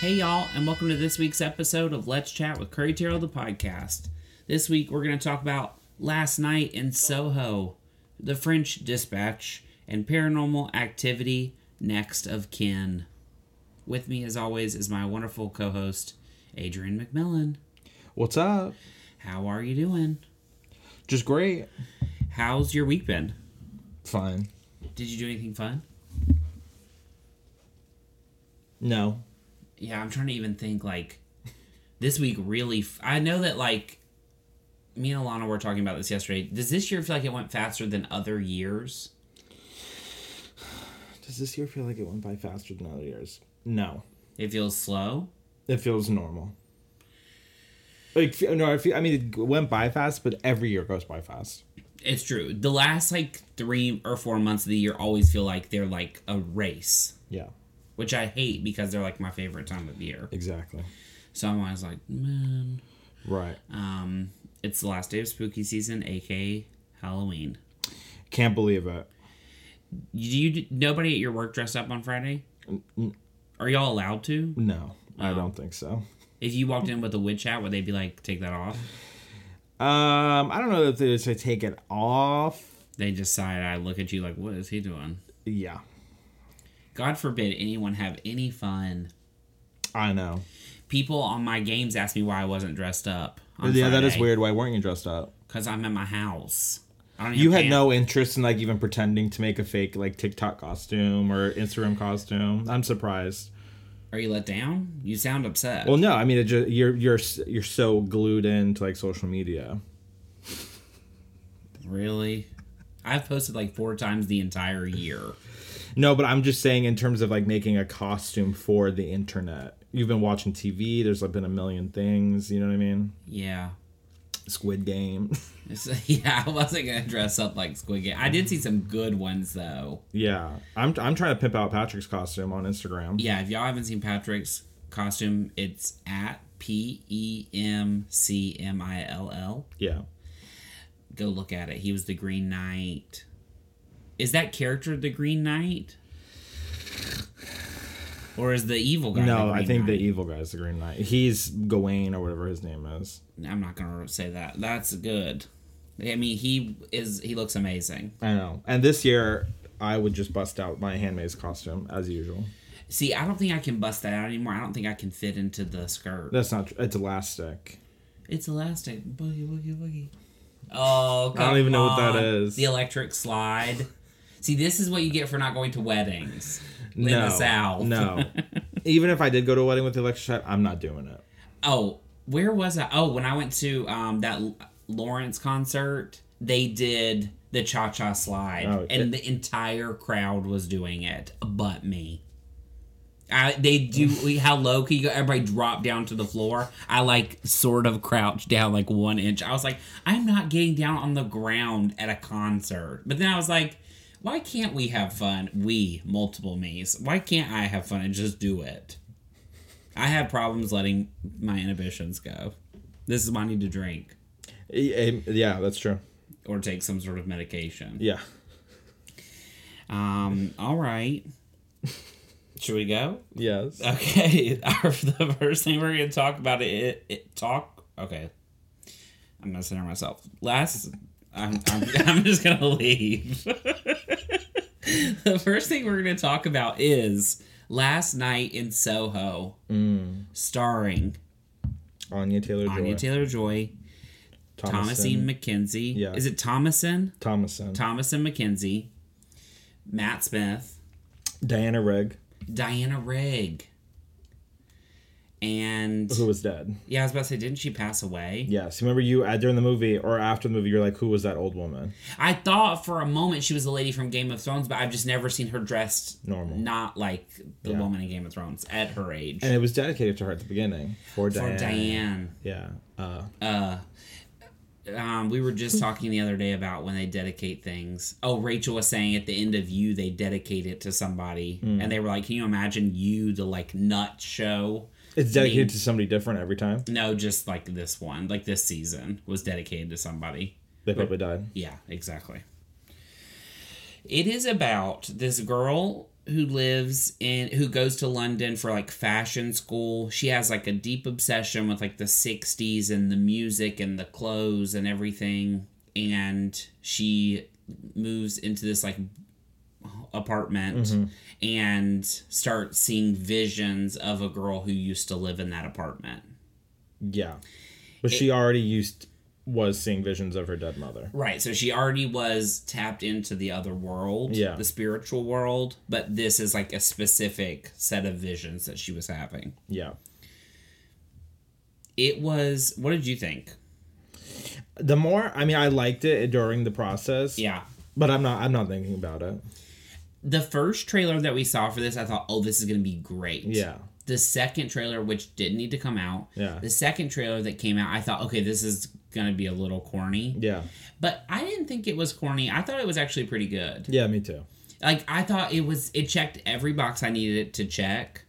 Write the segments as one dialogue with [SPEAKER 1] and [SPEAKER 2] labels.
[SPEAKER 1] Hey, y'all, and welcome to this week's episode of Let's Chat with Curry Terrell, the podcast. This week, we're going to talk about Last Night in Soho, The French Dispatch, and Paranormal Activity Next of Kin. With me, as always, is my wonderful co host, Adrian McMillan.
[SPEAKER 2] What's up?
[SPEAKER 1] How are you doing?
[SPEAKER 2] Just great.
[SPEAKER 1] How's your week been?
[SPEAKER 2] Fine.
[SPEAKER 1] Did you do anything fun?
[SPEAKER 2] No.
[SPEAKER 1] yeah i'm trying to even think like this week really f- i know that like me and alana were talking about this yesterday does this year feel like it went faster than other years
[SPEAKER 2] Does this year feel like it went by faster than other years? No.
[SPEAKER 1] it feels slow
[SPEAKER 2] It feels normal. Like fe- no, I feel. I mean, it went by fast, but every year goes by fast.
[SPEAKER 1] it's true the last like three or four months of the year always feel like they're like a race
[SPEAKER 2] Yeah.
[SPEAKER 1] which i hate because they're like my favorite time of year
[SPEAKER 2] Exactly.
[SPEAKER 1] so i'm always like man
[SPEAKER 2] Right.
[SPEAKER 1] um it's the last day of spooky season aka halloween
[SPEAKER 2] Can't believe it.
[SPEAKER 1] do you nobody at your work dressed up on friday mm. are y'all allowed to
[SPEAKER 2] No, I don't think so.
[SPEAKER 1] If you walked in with a witch hat, would they be like, take that off?
[SPEAKER 2] Um, I don't know if they should take it off.
[SPEAKER 1] They just side eye look at you like, what is he doing?
[SPEAKER 2] Yeah,
[SPEAKER 1] God forbid anyone have any fun.
[SPEAKER 2] I know.
[SPEAKER 1] People on my games ask me why I wasn't dressed up. On
[SPEAKER 2] yeah, that is weird. Why weren't you dressed up?
[SPEAKER 1] Because I'm at my house. I don't even
[SPEAKER 2] You had
[SPEAKER 1] pant-
[SPEAKER 2] no interest in like even pretending to make a fake like TikTok costume or Instagram costume. I'm surprised.
[SPEAKER 1] Are you let down? You sound upset.
[SPEAKER 2] Well, no, I mean it just, you're you're s- you're so glued into like social media.
[SPEAKER 1] really? I've posted like four times the entire year.
[SPEAKER 2] No, but I'm just saying in terms of like making a costume for the internet. You've been watching TV. There's like been a million things. You know what I mean?
[SPEAKER 1] Yeah.
[SPEAKER 2] Squid Game.
[SPEAKER 1] It's- yeah, I wasn't going to dress up like Squid Game. I did see some good ones, though.
[SPEAKER 2] yeah, I'm I'm trying to pimp out Patrick's costume on Instagram.
[SPEAKER 1] yeah, if y'all haven't seen Patrick's costume, it's at P E M C M I L L.
[SPEAKER 2] Yeah.
[SPEAKER 1] Go look at it. He was the Green Knight. Is that character the Green Knight? Or is the evil guy?
[SPEAKER 2] No,
[SPEAKER 1] the
[SPEAKER 2] I
[SPEAKER 1] Green
[SPEAKER 2] think the
[SPEAKER 1] Knight?
[SPEAKER 2] evil guy's the Green Knight. He's Gawain or whatever his name is.
[SPEAKER 1] I'm not gonna say that. That's good. I mean, he is. He looks amazing.
[SPEAKER 2] I know. And this year, I would just bust out my handmaid's costume as usual.
[SPEAKER 1] See, I don't think I can bust that out anymore. I don't think I can fit into the skirt.
[SPEAKER 2] That's not. Tr- it's elastic.
[SPEAKER 1] It's elastic. Boogie, woogie, woogie. Oh,
[SPEAKER 2] I don't
[SPEAKER 1] come
[SPEAKER 2] even know what that
[SPEAKER 1] on.
[SPEAKER 2] is.
[SPEAKER 1] The electric slide. See, this is what you get for not going to weddings in
[SPEAKER 2] no,
[SPEAKER 1] the South.
[SPEAKER 2] no. Even if I did go to a wedding with the electric shot, I'm not doing it.
[SPEAKER 1] Oh, where was I? Oh, when I went to um, that L- Lawrence concert, they did the cha cha slide,
[SPEAKER 2] Oh,
[SPEAKER 1] and the entire crowd was doing it, but me. I, they do how low can you go? Everybody dropped down to the floor. I like sort of crouched down like one inch. I was like, I'm not getting down on the ground at a concert. But then I was like, why can't we have fun? We multiple me's. Why can't I have fun and just do it? I have problems letting my inhibitions go. This is why I need to drink
[SPEAKER 2] E- em- Yeah, that's true.
[SPEAKER 1] or take some sort of medication.
[SPEAKER 2] Yeah.
[SPEAKER 1] Um, all right. Should we go?
[SPEAKER 2] Yes.
[SPEAKER 1] Okay, our, the first thing we're going to talk about it, it talk. Okay, I'm gonna center myself. Last, I'm I'm, I'm just gonna leave. the first thing we're going to talk about is last night in Soho, starring
[SPEAKER 2] Anya Taylor Joy.
[SPEAKER 1] Anya Taylor Joy, Thomasine McKenzie.
[SPEAKER 2] Yeah.
[SPEAKER 1] Is it Thomason?
[SPEAKER 2] Thomason.
[SPEAKER 1] Thomason McKenzie, Matt Smith,
[SPEAKER 2] Diana Rigg,
[SPEAKER 1] Diana Rigg, and
[SPEAKER 2] who was dead.
[SPEAKER 1] Yeah, I was about to say, didn't she pass away?
[SPEAKER 2] Yes. Remember you uh, during the movie or after the movie, you're like, who was that old woman?
[SPEAKER 1] I thought for a moment she was a lady from Game of Thrones, but I've just never seen her dressed
[SPEAKER 2] Normal.
[SPEAKER 1] not like the
[SPEAKER 2] Yeah.
[SPEAKER 1] woman in Game of Thrones at her age.
[SPEAKER 2] And it was dedicated to her at the beginning. For
[SPEAKER 1] Or
[SPEAKER 2] Diane.
[SPEAKER 1] Diane.
[SPEAKER 2] Yeah. Uh,
[SPEAKER 1] Um, we were just talking the other day about when they dedicate things. Oh, Rachel was saying at the end of you they dedicate it to somebody, and they were like, "Can you imagine you the like nut show?"
[SPEAKER 2] it's dedicated to somebody different every time.
[SPEAKER 1] No, just like this one, like this season was dedicated to somebody.
[SPEAKER 2] They probably died.
[SPEAKER 1] Yeah, exactly. It is about this girl who lives in who goes to London for like fashion school. She has like a deep obsession with like the 60s and the music and the clothes and everything and she moves into this like apartment and starts seeing visions of a girl who used to live in that apartment.
[SPEAKER 2] Yeah. But she already used was seeing visions of her dead mother.
[SPEAKER 1] Right, so she already was tapped into the other world,
[SPEAKER 2] Yeah.
[SPEAKER 1] the spiritual world, but this is like a specific set of visions that she was having.
[SPEAKER 2] Yeah.
[SPEAKER 1] It was what did you think?
[SPEAKER 2] The more I mean I liked it during the process.
[SPEAKER 1] Yeah.
[SPEAKER 2] But I'm not I'm not thinking about it.
[SPEAKER 1] The first trailer that we saw for this, I thought, "Oh, this is going to be great."
[SPEAKER 2] Yeah.
[SPEAKER 1] The second trailer which didn't need to come out.
[SPEAKER 2] Yeah.
[SPEAKER 1] The second trailer that came out, I thought, "Okay, this is going to be a little corny."
[SPEAKER 2] Yeah.
[SPEAKER 1] But I didn't think it was corny. I thought it was actually pretty good.
[SPEAKER 2] Yeah, me too.
[SPEAKER 1] like I thought it was it checked every box I needed it to check.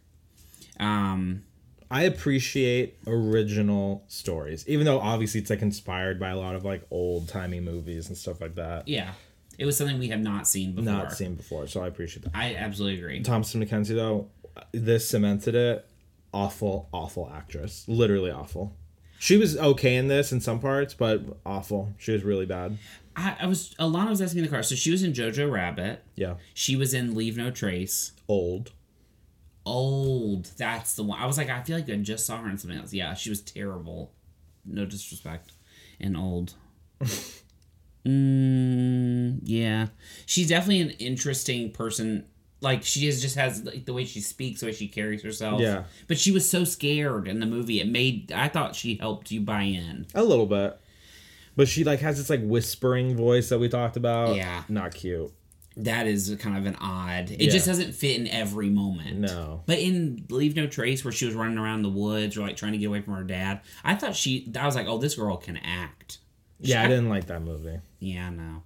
[SPEAKER 1] Um
[SPEAKER 2] I appreciate original stories, even though obviously it's like inspired by a lot of like old timey movies and stuff like that.
[SPEAKER 1] yeah. It was something we have not seen before.
[SPEAKER 2] Not seen before, so I appreciate that.
[SPEAKER 1] I absolutely agree.
[SPEAKER 2] Thompson McKenzie though, this cemented it. Awful, awful actress. Literally awful. She was okay in this in some parts, but awful. She was really bad.
[SPEAKER 1] I, I was Alana was asking me in the car. So she was in Jojo Rabbit.
[SPEAKER 2] Yeah.
[SPEAKER 1] She was in Leave No Trace.
[SPEAKER 2] Old.
[SPEAKER 1] Old. That's the one. I was like, I feel like I just saw her in something else. Yeah, she was terrible. No disrespect. And old. mm, yeah. She's definitely an interesting person. Like she is just has like the way she speaks, the way she carries herself.
[SPEAKER 2] Yeah.
[SPEAKER 1] But she was so scared in the movie. It made I thought she helped you buy in.
[SPEAKER 2] A little bit. But she like has this like whispering voice that we talked about.
[SPEAKER 1] Yeah.
[SPEAKER 2] Not cute.
[SPEAKER 1] That is kind of an odd. It
[SPEAKER 2] Yeah.
[SPEAKER 1] just doesn't fit in every moment.
[SPEAKER 2] No.
[SPEAKER 1] But in Leave No Trace, where she was running around the woods or like trying to get away from her dad, I thought she. I was like, oh, this girl can act.
[SPEAKER 2] Yeah, I didn't like that movie.
[SPEAKER 1] Yeah, no,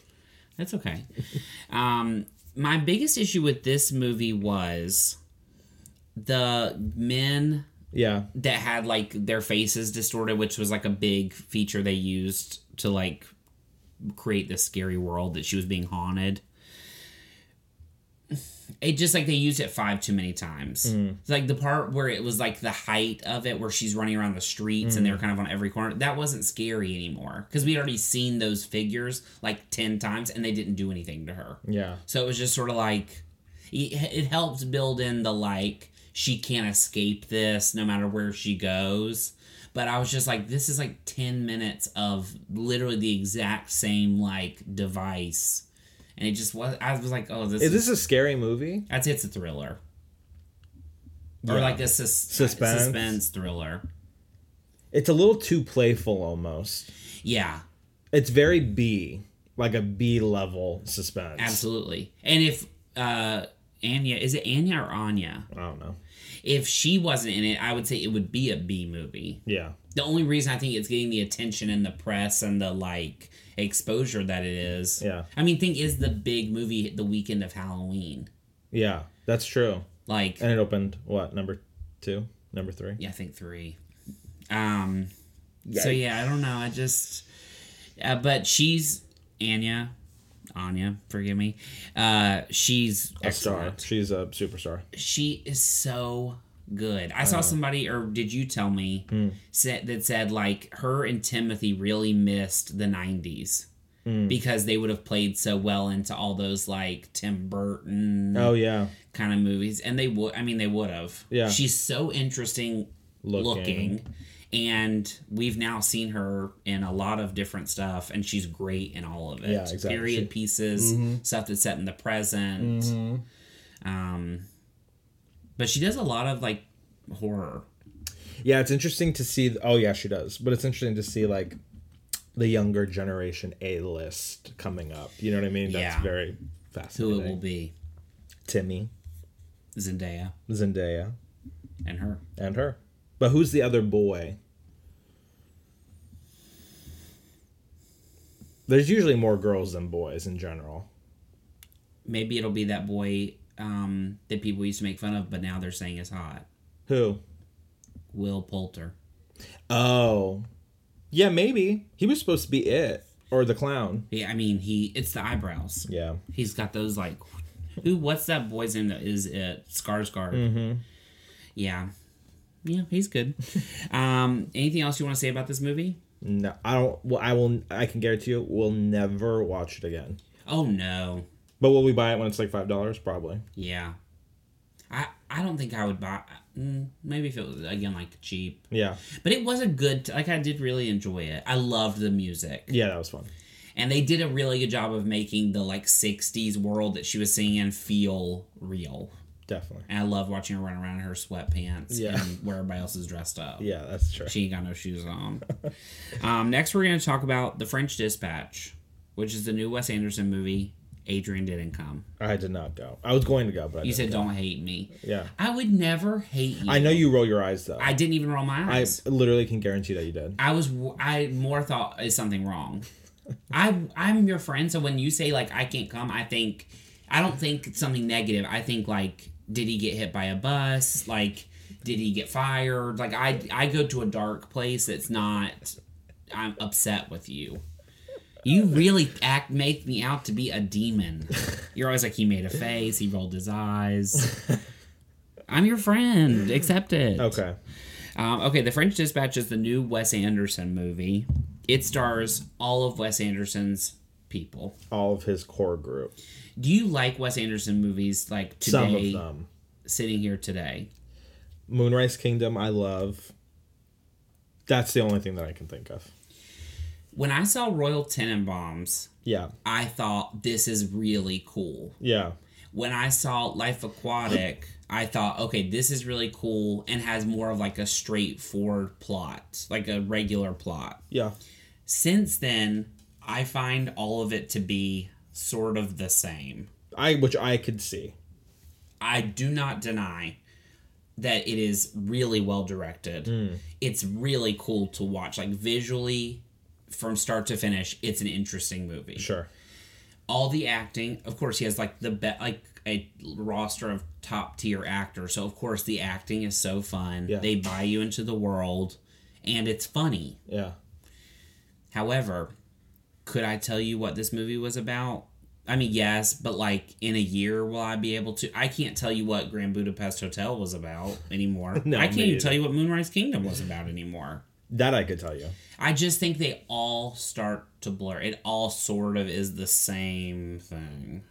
[SPEAKER 1] that's okay. Um, my biggest issue with this movie was the men
[SPEAKER 2] Yeah.
[SPEAKER 1] that had like their faces distorted, which was like a big feature they used to like create this scary world that she was being haunted. It just like they used it five too many times. It's like the part where it was like the height of it, where she's running around the streets and they're kind of on every corner. That wasn't scary anymore because we'd already seen those figures like 10 times and they didn't do anything to her.
[SPEAKER 2] Yeah.
[SPEAKER 1] So it was just sort of like it, it helped build in the like she can't escape this no matter where she goes. But I was just like, this is like ten minutes of literally the exact same like device, and it just was. I was like, oh, this
[SPEAKER 2] Is
[SPEAKER 1] is.
[SPEAKER 2] this a scary movie?
[SPEAKER 1] I'd say it's a thriller, or
[SPEAKER 2] Yeah.
[SPEAKER 1] like a sus-
[SPEAKER 2] Suspense.
[SPEAKER 1] suspense thriller.
[SPEAKER 2] It's a little too playful almost.
[SPEAKER 1] Yeah,
[SPEAKER 2] It's very B, like a B level suspense.
[SPEAKER 1] absolutely. And if uh Anya is it Anya or Anya?
[SPEAKER 2] I don't know.
[SPEAKER 1] If she wasn't in it, I would say it would be a B movie.
[SPEAKER 2] Yeah.
[SPEAKER 1] the only reason I think it's getting the attention and the press and the like exposure that it is.
[SPEAKER 2] Yeah.
[SPEAKER 1] I mean, think is the big movie the weekend of Halloween.
[SPEAKER 2] Yeah. That's true.
[SPEAKER 1] Like
[SPEAKER 2] And it opened what, number two? Number three?
[SPEAKER 1] yeah, I think three. Um so yeah, I don't know. I just uh, but she's Anya. Anya, forgive me. Uh she's
[SPEAKER 2] A star.
[SPEAKER 1] excellent.
[SPEAKER 2] She's a superstar.
[SPEAKER 1] She is so good. I saw somebody, or did you tell me, said, that said like her and Timothy really missed the 90s because they would have played so well into all those like Tim Burton
[SPEAKER 2] Oh yeah.
[SPEAKER 1] kind of movies. And they would, I mean, they would have.
[SPEAKER 2] Yeah.
[SPEAKER 1] She's so interesting
[SPEAKER 2] Looking.
[SPEAKER 1] looking. And we've now seen her in a lot of different stuff, and she's great in all of it.
[SPEAKER 2] Yeah, exactly. Mm-hmm.
[SPEAKER 1] Period pieces, stuff that's set in the present. Um, but she does a lot of like horror.
[SPEAKER 2] Yeah, it's interesting to see oh yeah, she does. But it's interesting to see like the younger generation A list coming up. You know what I mean? That's
[SPEAKER 1] Yeah.
[SPEAKER 2] very
[SPEAKER 1] Who
[SPEAKER 2] fascinating.
[SPEAKER 1] it will be?
[SPEAKER 2] Timmy,
[SPEAKER 1] Zendaya
[SPEAKER 2] Zendaya,
[SPEAKER 1] and her.
[SPEAKER 2] and her. But who's the other boy? There's usually more girls than boys in general.
[SPEAKER 1] Maybe it'll be that boy um, that people used to make fun of, but now they're saying is hot.
[SPEAKER 2] Who?
[SPEAKER 1] Will Poulter.
[SPEAKER 2] Oh. Yeah, maybe. He was supposed to be it or the clown.
[SPEAKER 1] Yeah, I mean he. It's the eyebrows.
[SPEAKER 2] Yeah.
[SPEAKER 1] He's got those like Who? What's that boy's name? That is it. Skarsgård. Yeah, yeah, he's good. um, anything else you want to say about this movie?
[SPEAKER 2] No, I don't. Well, I will. I can guarantee you, we'll never watch it again.
[SPEAKER 1] Oh no,
[SPEAKER 2] But will we buy it when it's like five dollars? Probably.
[SPEAKER 1] yeah. I I don't think I would buy. mm, Maybe if it was again like cheap,
[SPEAKER 2] Yeah,
[SPEAKER 1] but it was a good. Like I did really enjoy it. I loved the music.
[SPEAKER 2] yeah, that was fun.
[SPEAKER 1] and they did a really good job of making the like 60s world that she was singing in feel real
[SPEAKER 2] Definitely.
[SPEAKER 1] and i love watching her run around in her sweatpants
[SPEAKER 2] Yeah.
[SPEAKER 1] and where everybody else is dressed up
[SPEAKER 2] Yeah, that's true.
[SPEAKER 1] she ain't got no shoes on um, next we're going to talk about the french dispatch which is the new wes anderson movie adrian didn't come
[SPEAKER 2] I did not go. I was going to go, but I
[SPEAKER 1] you
[SPEAKER 2] didn't.
[SPEAKER 1] said don't hate me
[SPEAKER 2] yeah.
[SPEAKER 1] i would never hate you
[SPEAKER 2] I know you roll your eyes though.
[SPEAKER 1] I
[SPEAKER 2] I,
[SPEAKER 1] didn't even roll my eyes
[SPEAKER 2] literally can guarantee that you did.
[SPEAKER 1] I was I more thought is something wrong. I I'm your friend, so when you say like I can't come, I think I don't think it's something negative. I think like did he get hit by a bus? Like did he get fired? Like I I go to a dark place that's not I'm upset with you. You really act make me out to be a demon. You're always like he made a face, he rolled his eyes. I'm your friend. Accept it.
[SPEAKER 2] Okay.
[SPEAKER 1] Um, okay, The French Dispatch is the new Wes Anderson movie. It stars all of Wes Anderson's people.
[SPEAKER 2] All of his core group.
[SPEAKER 1] Do you like Wes Anderson movies like today,
[SPEAKER 2] Some of them.
[SPEAKER 1] sitting here today?
[SPEAKER 2] Moonrise Kingdom, I love. That's the only thing that I can think of.
[SPEAKER 1] When I saw Royal Tenenbaums,
[SPEAKER 2] Yeah.
[SPEAKER 1] I thought this is really cool.
[SPEAKER 2] Yeah.
[SPEAKER 1] When I saw Life Aquatic, I thought, okay, this is really cool and has more of like a straightforward plot, like a regular plot.
[SPEAKER 2] Yeah.
[SPEAKER 1] Since then, I find all of it to be sort of the same.
[SPEAKER 2] I which I could see.
[SPEAKER 1] I do not deny that it is really well directed.
[SPEAKER 2] Hmm.
[SPEAKER 1] It's really cool to watch. Like visually, from start to finish, it's an interesting movie.
[SPEAKER 2] Sure.
[SPEAKER 1] All the acting, of course, he has like the be- like a roster of top tier actors. So of course, the acting is so fun.
[SPEAKER 2] Yeah.
[SPEAKER 1] They buy you into the world, and it's funny.
[SPEAKER 2] Yeah.
[SPEAKER 1] However, could I tell you what this movie was about? I mean, yes, but like in a year, will I be able to? I can't tell you what Grand Budapest Hotel was about anymore.
[SPEAKER 2] No,
[SPEAKER 1] I
[SPEAKER 2] me
[SPEAKER 1] can't even
[SPEAKER 2] either.
[SPEAKER 1] tell you what Moonrise Kingdom was about anymore.
[SPEAKER 2] That I could tell you.
[SPEAKER 1] I just think they all start to blur. It all sort of is the same thing.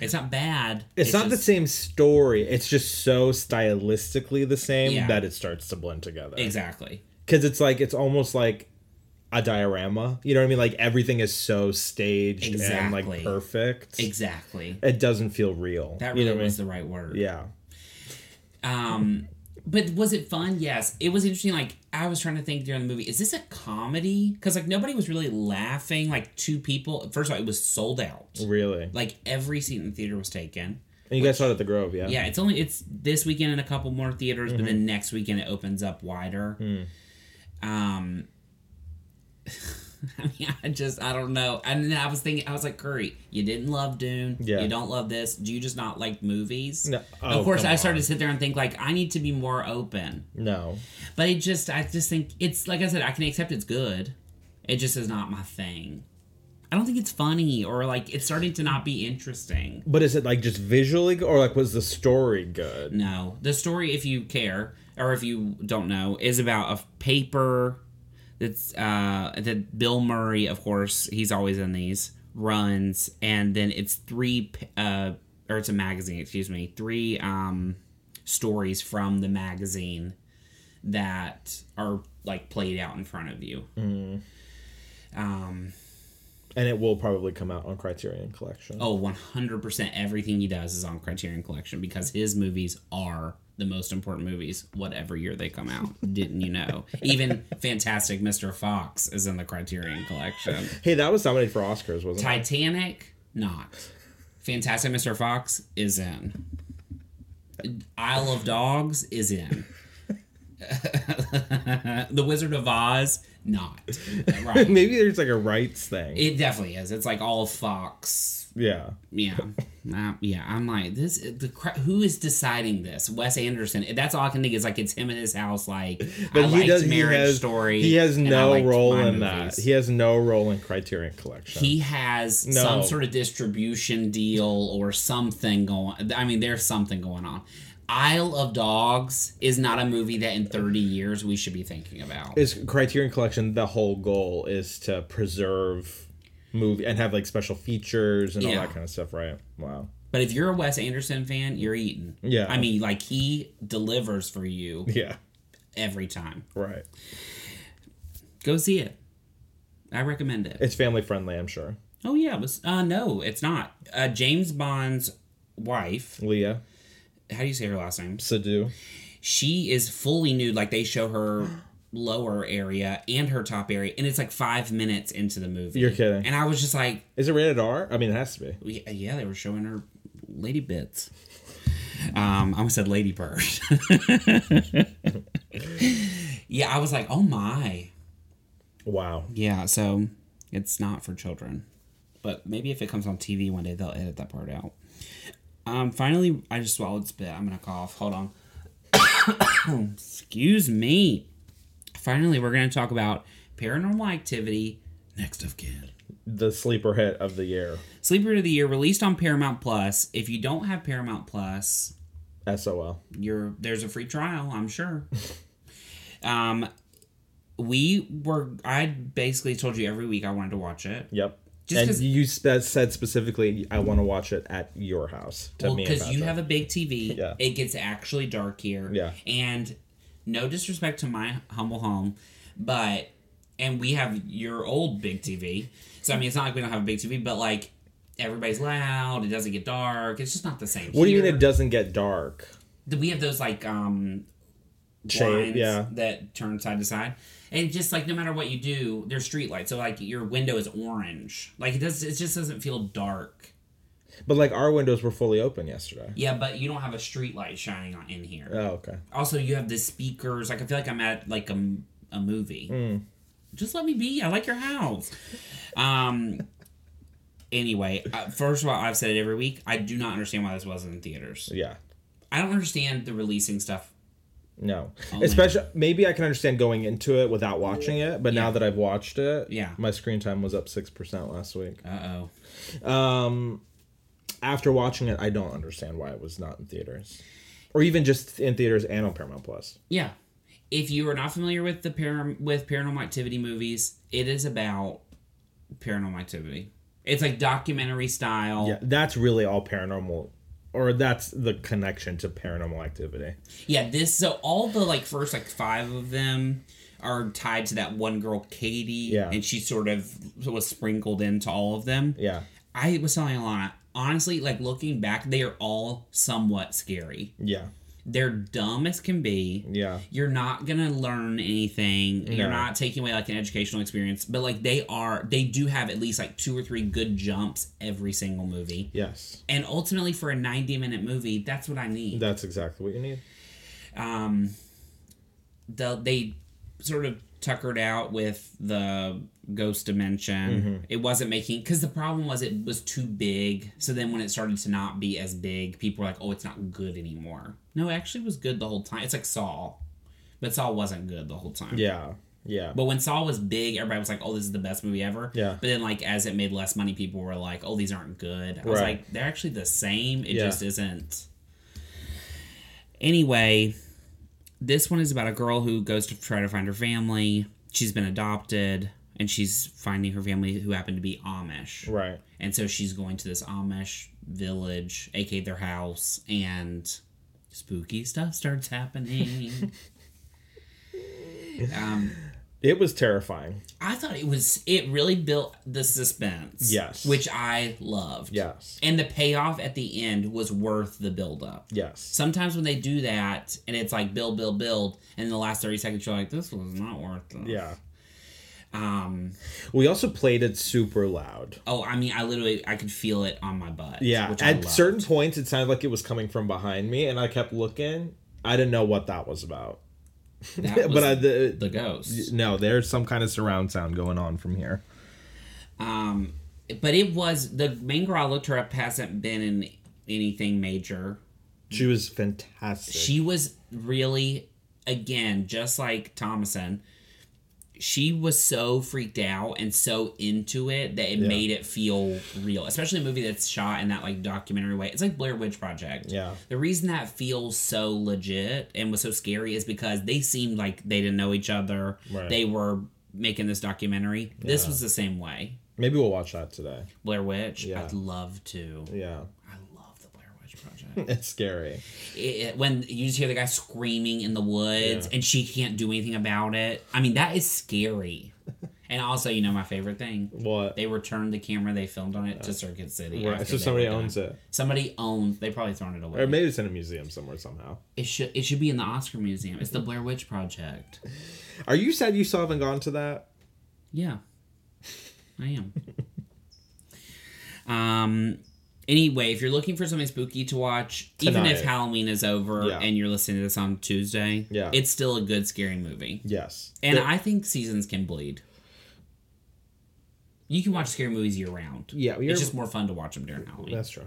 [SPEAKER 1] It's not bad.
[SPEAKER 2] It's, not the
[SPEAKER 1] just-
[SPEAKER 2] same story. It's just so stylistically the same
[SPEAKER 1] Yeah.
[SPEAKER 2] that it starts to blend together.
[SPEAKER 1] exactly.
[SPEAKER 2] Because it's like it's almost like a diorama. You know what I mean? Like everything is so staged and
[SPEAKER 1] Exactly.
[SPEAKER 2] like perfect.
[SPEAKER 1] Exactly.
[SPEAKER 2] it doesn't feel real.
[SPEAKER 1] That
[SPEAKER 2] you
[SPEAKER 1] really
[SPEAKER 2] know what I mean?
[SPEAKER 1] was the right word.
[SPEAKER 2] Yeah.
[SPEAKER 1] Um, but was it fun? Yes, it was interesting. Like I was trying to think during the movie, is this a comedy? Because like nobody was really laughing. Like two people. First of all, it was sold out.
[SPEAKER 2] Really.
[SPEAKER 1] Like every seat in the theater was taken.
[SPEAKER 2] and you guys saw it at the Grove, yeah?
[SPEAKER 1] Yeah, it's only it's this weekend in a couple more theaters, but
[SPEAKER 2] Mm-hmm.
[SPEAKER 1] then next weekend it opens up wider.
[SPEAKER 2] Hmm.
[SPEAKER 1] Um. I mean, I just I don't know. And then I was thinking, I was like, Curry, you didn't love Dune.
[SPEAKER 2] Yeah.
[SPEAKER 1] You don't love this. Do you just not like movies?
[SPEAKER 2] No. Oh,
[SPEAKER 1] of course,
[SPEAKER 2] come
[SPEAKER 1] I started
[SPEAKER 2] on.
[SPEAKER 1] to sit there and think like, I need to be more open.
[SPEAKER 2] No.
[SPEAKER 1] But it just, I just think it's like I said, I can accept it's good. It just is not my thing. I don't think it's funny or like it's starting to not be interesting.
[SPEAKER 2] But is it like just visually go- or like was the story good?
[SPEAKER 1] No, the story, if you care or if you don't know, is about a paper that's uh, that Bill Murray, of course, he's always in these runs, and then it's three p- uh, or it's a magazine, excuse me, three um, stories from the magazine that are like played out in front of you. Um,
[SPEAKER 2] And it will probably come out on Criterion Collection.
[SPEAKER 1] oh, 100% everything he does is on Criterion Collection because his movies are the most important movies, whatever year they come out. Didn't you know? Even Fantastic Mr. Fox is in the Criterion Collection.
[SPEAKER 2] Hey, that was nominated for Oscars, wasn't it?
[SPEAKER 1] Titanic, not. Fantastic Mr. Fox is in. Isle of Dogs is in. the Wizard of Oz, not. Right.
[SPEAKER 2] Maybe there's like a rights thing.
[SPEAKER 1] It definitely is. It's like all Fox
[SPEAKER 2] Yeah.
[SPEAKER 1] Yeah. Uh, yeah, I'm like this. The cra- who is deciding this? Wes Anderson. That's all I can think is like it's him and his house. Like I liked Marriage Story.
[SPEAKER 2] He has
[SPEAKER 1] and I
[SPEAKER 2] no
[SPEAKER 1] liked
[SPEAKER 2] role
[SPEAKER 1] my
[SPEAKER 2] in that.
[SPEAKER 1] movies.
[SPEAKER 2] He has no role in Criterion Collection.
[SPEAKER 1] He has
[SPEAKER 2] No.
[SPEAKER 1] some sort of distribution deal or something going. I mean, there's something going on. Isle of Dogs is not a movie that in 30 years we should be thinking about.
[SPEAKER 2] is Criterion Collection the whole goal is to preserve movie and have like special features and all
[SPEAKER 1] Yeah.
[SPEAKER 2] that kind of stuff, right? Wow.
[SPEAKER 1] But if you're a Wes Anderson fan, you're eating.
[SPEAKER 2] Yeah.
[SPEAKER 1] I mean, like he delivers for you
[SPEAKER 2] Yeah.
[SPEAKER 1] every time.
[SPEAKER 2] Right.
[SPEAKER 1] Go see it. I recommend it.
[SPEAKER 2] It's family friendly, I'm sure.
[SPEAKER 1] Oh yeah, it was uh no, it's not. Uh James Bond's wife,
[SPEAKER 2] Leah
[SPEAKER 1] how do you say her last name?
[SPEAKER 2] Sadu.
[SPEAKER 1] She is fully nude like they show her lower area and her top area and it's like 5 minutes into the movie.
[SPEAKER 2] You're kidding.
[SPEAKER 1] And I was just like
[SPEAKER 2] Is it rated R? I mean, it has to be.
[SPEAKER 1] yeah, yeah, they were showing her lady bits. Um, I almost said lady bird. yeah, I was like, "Oh my."
[SPEAKER 2] Wow.
[SPEAKER 1] Yeah, so it's not for children. But maybe if it comes on TV one day, they'll edit that part out. Um, finally, I just swallowed spit. I'm gonna cough. Hold on. Excuse me. Finally, we're gonna talk about Paranormal Activity. Next of kin.
[SPEAKER 2] The sleeper hit of the year.
[SPEAKER 1] Sleeper of the Year released on Paramount Plus. If you don't have Paramount Plus,
[SPEAKER 2] SOL.
[SPEAKER 1] you're there's a free trial, I'm sure. um, we were. I basically told you every week I wanted to watch it.
[SPEAKER 2] Yep.
[SPEAKER 1] Just
[SPEAKER 2] and
[SPEAKER 1] 'cause-
[SPEAKER 2] you sp- said specifically, I want to watch it at your house. To
[SPEAKER 1] Well,
[SPEAKER 2] me, and
[SPEAKER 1] because you
[SPEAKER 2] Patrick.
[SPEAKER 1] have a big TV,
[SPEAKER 2] Yeah.
[SPEAKER 1] it gets actually dark here.
[SPEAKER 2] Yeah.
[SPEAKER 1] And no disrespect to my humble home, but and we have your old big TV. So I mean, it's not like we don't have a big TV, but like everybody's loud. It doesn't get dark. It's just not the same.
[SPEAKER 2] What do you mean
[SPEAKER 1] here.
[SPEAKER 2] it doesn't get dark?
[SPEAKER 1] We have those like um
[SPEAKER 2] Shade,
[SPEAKER 1] blinds
[SPEAKER 2] yeah.
[SPEAKER 1] that turn side to side. And just like no matter what you do, there's street lights. So like your window is orange. Like it does. It just doesn't feel dark.
[SPEAKER 2] But like our windows were fully open yesterday.
[SPEAKER 1] Yeah, but you don't have a street light shining on in here.
[SPEAKER 2] Oh, okay.
[SPEAKER 1] also you have the speakers like i feel like i'm at like a, m- a movie just let me be i like your house um anyway uh, first of all i've said it every week i do not understand why this wasn't in theaters
[SPEAKER 2] Yeah.
[SPEAKER 1] i don't understand the releasing stuff
[SPEAKER 2] No. Especially, maybe I can understand going into it without watching it, but now that I've watched it,
[SPEAKER 1] Yeah.
[SPEAKER 2] my screen time was up 6% last week.
[SPEAKER 1] uh-oh
[SPEAKER 2] Um, after watching it, I don't understand why it was not in theaters. Or even just in theaters and on Paramount Plus.
[SPEAKER 1] yeah if you are not familiar with the par- with paranormal activity movies it is about paranormal activity it's like documentary style
[SPEAKER 2] Yeah, that's really all paranormal, or that's the connection to paranormal activity.
[SPEAKER 1] Yeah, this so all the like first like five of them are tied to that one girl, Katie.
[SPEAKER 2] Yeah.
[SPEAKER 1] And she sort of was sprinkled into all of them.
[SPEAKER 2] Yeah,
[SPEAKER 1] I was telling Alana, honestly, like looking back, they are all somewhat scary.
[SPEAKER 2] yeah,
[SPEAKER 1] They're dumb as can be.
[SPEAKER 2] yeah.
[SPEAKER 1] You're not gonna learn anything. You're
[SPEAKER 2] No.
[SPEAKER 1] not taking away like an educational experience. But like they are they do have at least like two or three good jumps every single movie.
[SPEAKER 2] Yes,
[SPEAKER 1] And ultimately for a ninety minute movie, that's what I need.
[SPEAKER 2] that's exactly what you need.
[SPEAKER 1] um the they sort of tuckered out with the ghost dimension it wasn't making because the problem was it was too big so then when it started to not be as big people were like oh it's not good anymore no it actually was good the whole time it's like saw but saw wasn't good the whole time
[SPEAKER 2] Yeah, yeah.
[SPEAKER 1] but when saw was big everybody was like oh this is the best movie ever
[SPEAKER 2] Yeah.
[SPEAKER 1] but then like as it made less money people were like oh these aren't good i was
[SPEAKER 2] Right.
[SPEAKER 1] like they're actually the same it
[SPEAKER 2] Yeah.
[SPEAKER 1] just isn't anyway, this one is about a girl who goes to try to find her family. She's been adopted, and she's finding her family who happen to be Amish.
[SPEAKER 2] Right.
[SPEAKER 1] And so she's going to this Amish village, aka their house, and spooky stuff starts happening. um,
[SPEAKER 2] It was terrifying.
[SPEAKER 1] I thought it was it really built the suspense.
[SPEAKER 2] Yes.
[SPEAKER 1] Which I loved.
[SPEAKER 2] Yes.
[SPEAKER 1] And the payoff at the end was worth the buildup.
[SPEAKER 2] Yes.
[SPEAKER 1] Sometimes when they do that and it's like build, build, build, and in the last 30 seconds you're like, this was not worth it.
[SPEAKER 2] Yeah.
[SPEAKER 1] Um,
[SPEAKER 2] We also played it super loud.
[SPEAKER 1] oh, I mean, I literally, I could feel it on my butt.
[SPEAKER 2] Yeah.
[SPEAKER 1] Which I
[SPEAKER 2] At
[SPEAKER 1] love.
[SPEAKER 2] certain points, it sounded like it was coming from behind me, and I kept looking. I didn't know what that was about.
[SPEAKER 1] That was
[SPEAKER 2] but I, the,
[SPEAKER 1] the ghost.
[SPEAKER 2] no, there's some kind of surround sound going on from here.
[SPEAKER 1] Um, but it was the main girl I looked her up hasn't been in anything major.
[SPEAKER 2] She was fantastic.
[SPEAKER 1] She was really again just like Thomason. She was so freaked out and so into it that it made it feel real, especially a movie that's shot in that like documentary way. It's like Blair Witch Project.
[SPEAKER 2] yeah.
[SPEAKER 1] The reason that feels so legit and was so scary is because they seemed like they didn't know each other.
[SPEAKER 2] Right.
[SPEAKER 1] They were making this documentary. This was the same way.
[SPEAKER 2] Maybe we'll watch that today.
[SPEAKER 1] Blair Witch.
[SPEAKER 2] Yeah.
[SPEAKER 1] I'd love to.
[SPEAKER 2] Yeah.
[SPEAKER 1] I love the Blair Witch Project.
[SPEAKER 2] It's scary.
[SPEAKER 1] It- it- when you just hear the guy screaming in the woods and she can't do anything about it. I mean, that is scary. and also, you know, my favorite thing.
[SPEAKER 2] What?
[SPEAKER 1] They returned the camera they filmed on it to Circuit City.
[SPEAKER 2] Right.
[SPEAKER 1] after
[SPEAKER 2] So
[SPEAKER 1] they
[SPEAKER 2] somebody
[SPEAKER 1] were done.
[SPEAKER 2] owns it.
[SPEAKER 1] Somebody owns. They probably thrown it away.
[SPEAKER 2] Or maybe it's in a museum somewhere somehow.
[SPEAKER 1] It should it should be in the Oscar Museum. It's the Blair Witch Project.
[SPEAKER 2] Are you sad you still haven't gone to that?
[SPEAKER 1] Yeah, I am. Um. Anyway, if you're looking for something spooky to watch, even if
[SPEAKER 2] Tonight.
[SPEAKER 1] Halloween is over
[SPEAKER 2] Yeah.
[SPEAKER 1] and you're listening to this on Tuesday,
[SPEAKER 2] Yeah.
[SPEAKER 1] it's still a good scary movie.
[SPEAKER 2] Yes.
[SPEAKER 1] And
[SPEAKER 2] There-
[SPEAKER 1] I think seasons can bleed. You can watch scary movies year round.
[SPEAKER 2] Yeah, you're-
[SPEAKER 1] it's just more fun to watch them during Halloween.
[SPEAKER 2] that's true.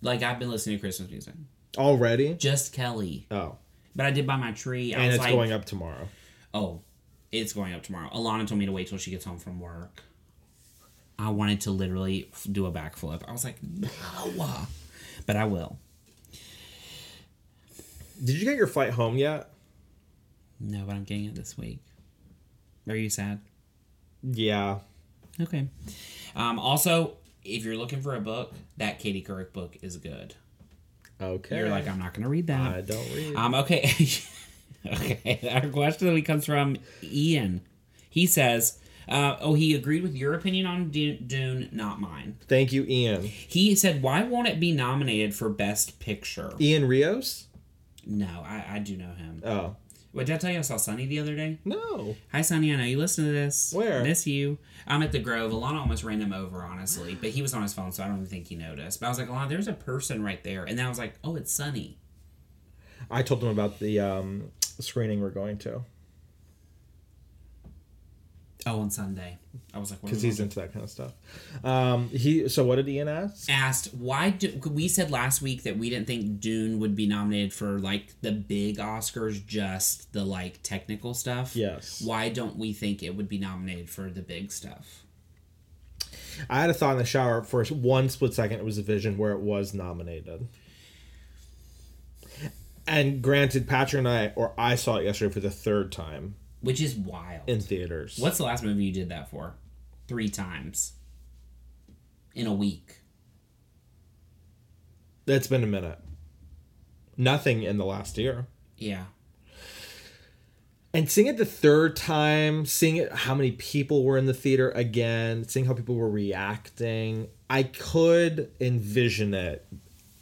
[SPEAKER 1] Like I've been listening to Christmas music,
[SPEAKER 2] Already?
[SPEAKER 1] just Kelly.
[SPEAKER 2] Oh.
[SPEAKER 1] But I did buy my tree. I
[SPEAKER 2] And
[SPEAKER 1] was
[SPEAKER 2] it's
[SPEAKER 1] like,
[SPEAKER 2] going up tomorrow.
[SPEAKER 1] Oh, it's going up tomorrow. Alana told me to wait till she gets home from work. I wanted to literally f- do a backflip. I was like, no. But I will.
[SPEAKER 2] Did you get your flight home yet?
[SPEAKER 1] No, but I'm getting it this week. Are you sad?
[SPEAKER 2] Yeah.
[SPEAKER 1] Okay. Um, also, if you're looking for a book, that Katie Couric book is good.
[SPEAKER 2] Okay.
[SPEAKER 1] You're like, I'm not going to read that.
[SPEAKER 2] I don't read.
[SPEAKER 1] Um, okay. okay. Our question of the week comes from Ian. He says, uh, Oh, he agreed with your opinion on Dune- Dune, not mine.
[SPEAKER 2] Thank you, Ian.
[SPEAKER 1] He said, "Why won't it be nominated for Best Picture?"
[SPEAKER 2] Ian Rios?
[SPEAKER 1] No, I, I do know him.
[SPEAKER 2] Oh.
[SPEAKER 1] Wait, did I tell you I saw Sunny the other day?
[SPEAKER 2] No.
[SPEAKER 1] Hi, Sunny. I know you listen to this.
[SPEAKER 2] Where?
[SPEAKER 1] Miss you. I'm at the Grove. Alana almost ran him over, honestly, but he was on his phone, so I don't even think he noticed. But I was like, Alana, there's a person right there, and then I was like, Oh, it's Sunny.
[SPEAKER 2] I told him about the um, screening we're going to
[SPEAKER 1] Oh, on Sunday. I was like, what
[SPEAKER 2] because
[SPEAKER 1] are we
[SPEAKER 2] he's into that kind of stuff. Um, he. So what did Ian ask?
[SPEAKER 1] asked why do we said last week that we didn't think Dune would be nominated for like the big Oscars, just the like technical stuff.
[SPEAKER 2] Yes.
[SPEAKER 1] Why don't we think it would be nominated for the big stuff?
[SPEAKER 2] I had a thought in the shower for one split second. It was a vision where it was nominated. And granted, Patrick and I, or I saw it yesterday for the third time
[SPEAKER 1] Which is wild.
[SPEAKER 2] in theaters.
[SPEAKER 1] What's the last movie you did that for? Three times. In a week.
[SPEAKER 2] That's been a minute. Nothing in the last year.
[SPEAKER 1] Yeah.
[SPEAKER 2] And seeing it the third time, seeing it how many people were in the theater again, seeing how people were reacting, I could envision it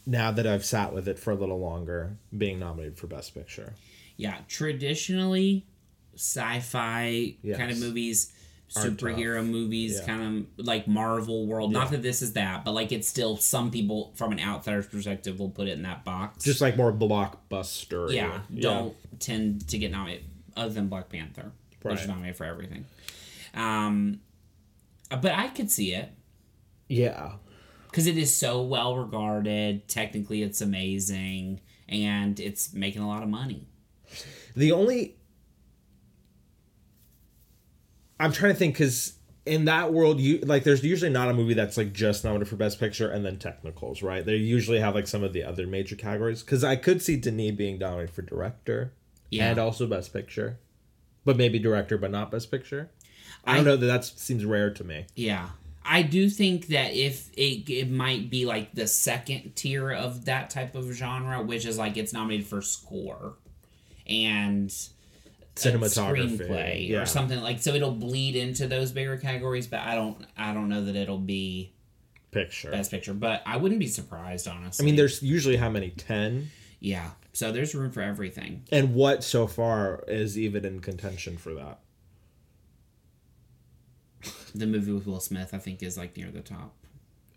[SPEAKER 2] now that I've sat with it for a little longer being nominated for Best Picture.
[SPEAKER 1] Yeah. Traditionally, sci fi
[SPEAKER 2] Yes.
[SPEAKER 1] kind of movies,
[SPEAKER 2] Aren't tough.
[SPEAKER 1] superhero movies,
[SPEAKER 2] Yeah.
[SPEAKER 1] kind of like Marvel world. Not that this is that, but like it's still some people from an outsider's perspective will put it in that box.
[SPEAKER 2] Just like more blockbuster.
[SPEAKER 1] yeah, don't tend to get nominated other than Black Panther, which is
[SPEAKER 2] Right.
[SPEAKER 1] nominated for everything. Um, but I could see it
[SPEAKER 2] Yeah.
[SPEAKER 1] because it is so well regarded. Technically, it's amazing and it's making a lot of money.
[SPEAKER 2] The only. I'm trying to think because in that world, you like there's usually not a movie that's like just nominated for Best Picture and then technicals, right? They usually have like some of the other major categories. Because I could see Denis being nominated for director
[SPEAKER 1] Yeah.
[SPEAKER 2] and also Best Picture, but maybe director, but not Best Picture. I, don't know that that seems rare to me.
[SPEAKER 1] Yeah. I do think that if it, it might be like the second tier of that type of genre, which is like it's nominated for score and a
[SPEAKER 2] Cinematography,
[SPEAKER 1] screenplay
[SPEAKER 2] yeah.
[SPEAKER 1] or something like so it'll bleed into those bigger categories, but I don't I don't know that it'll be
[SPEAKER 2] Picture.
[SPEAKER 1] best picture, but I wouldn't be surprised
[SPEAKER 2] I
[SPEAKER 1] honestly.
[SPEAKER 2] mean, there's usually how many ten,
[SPEAKER 1] yeah. So there's room for everything.
[SPEAKER 2] and what so far is even in contention for that?
[SPEAKER 1] The movie with Will Smith I think is like near the top.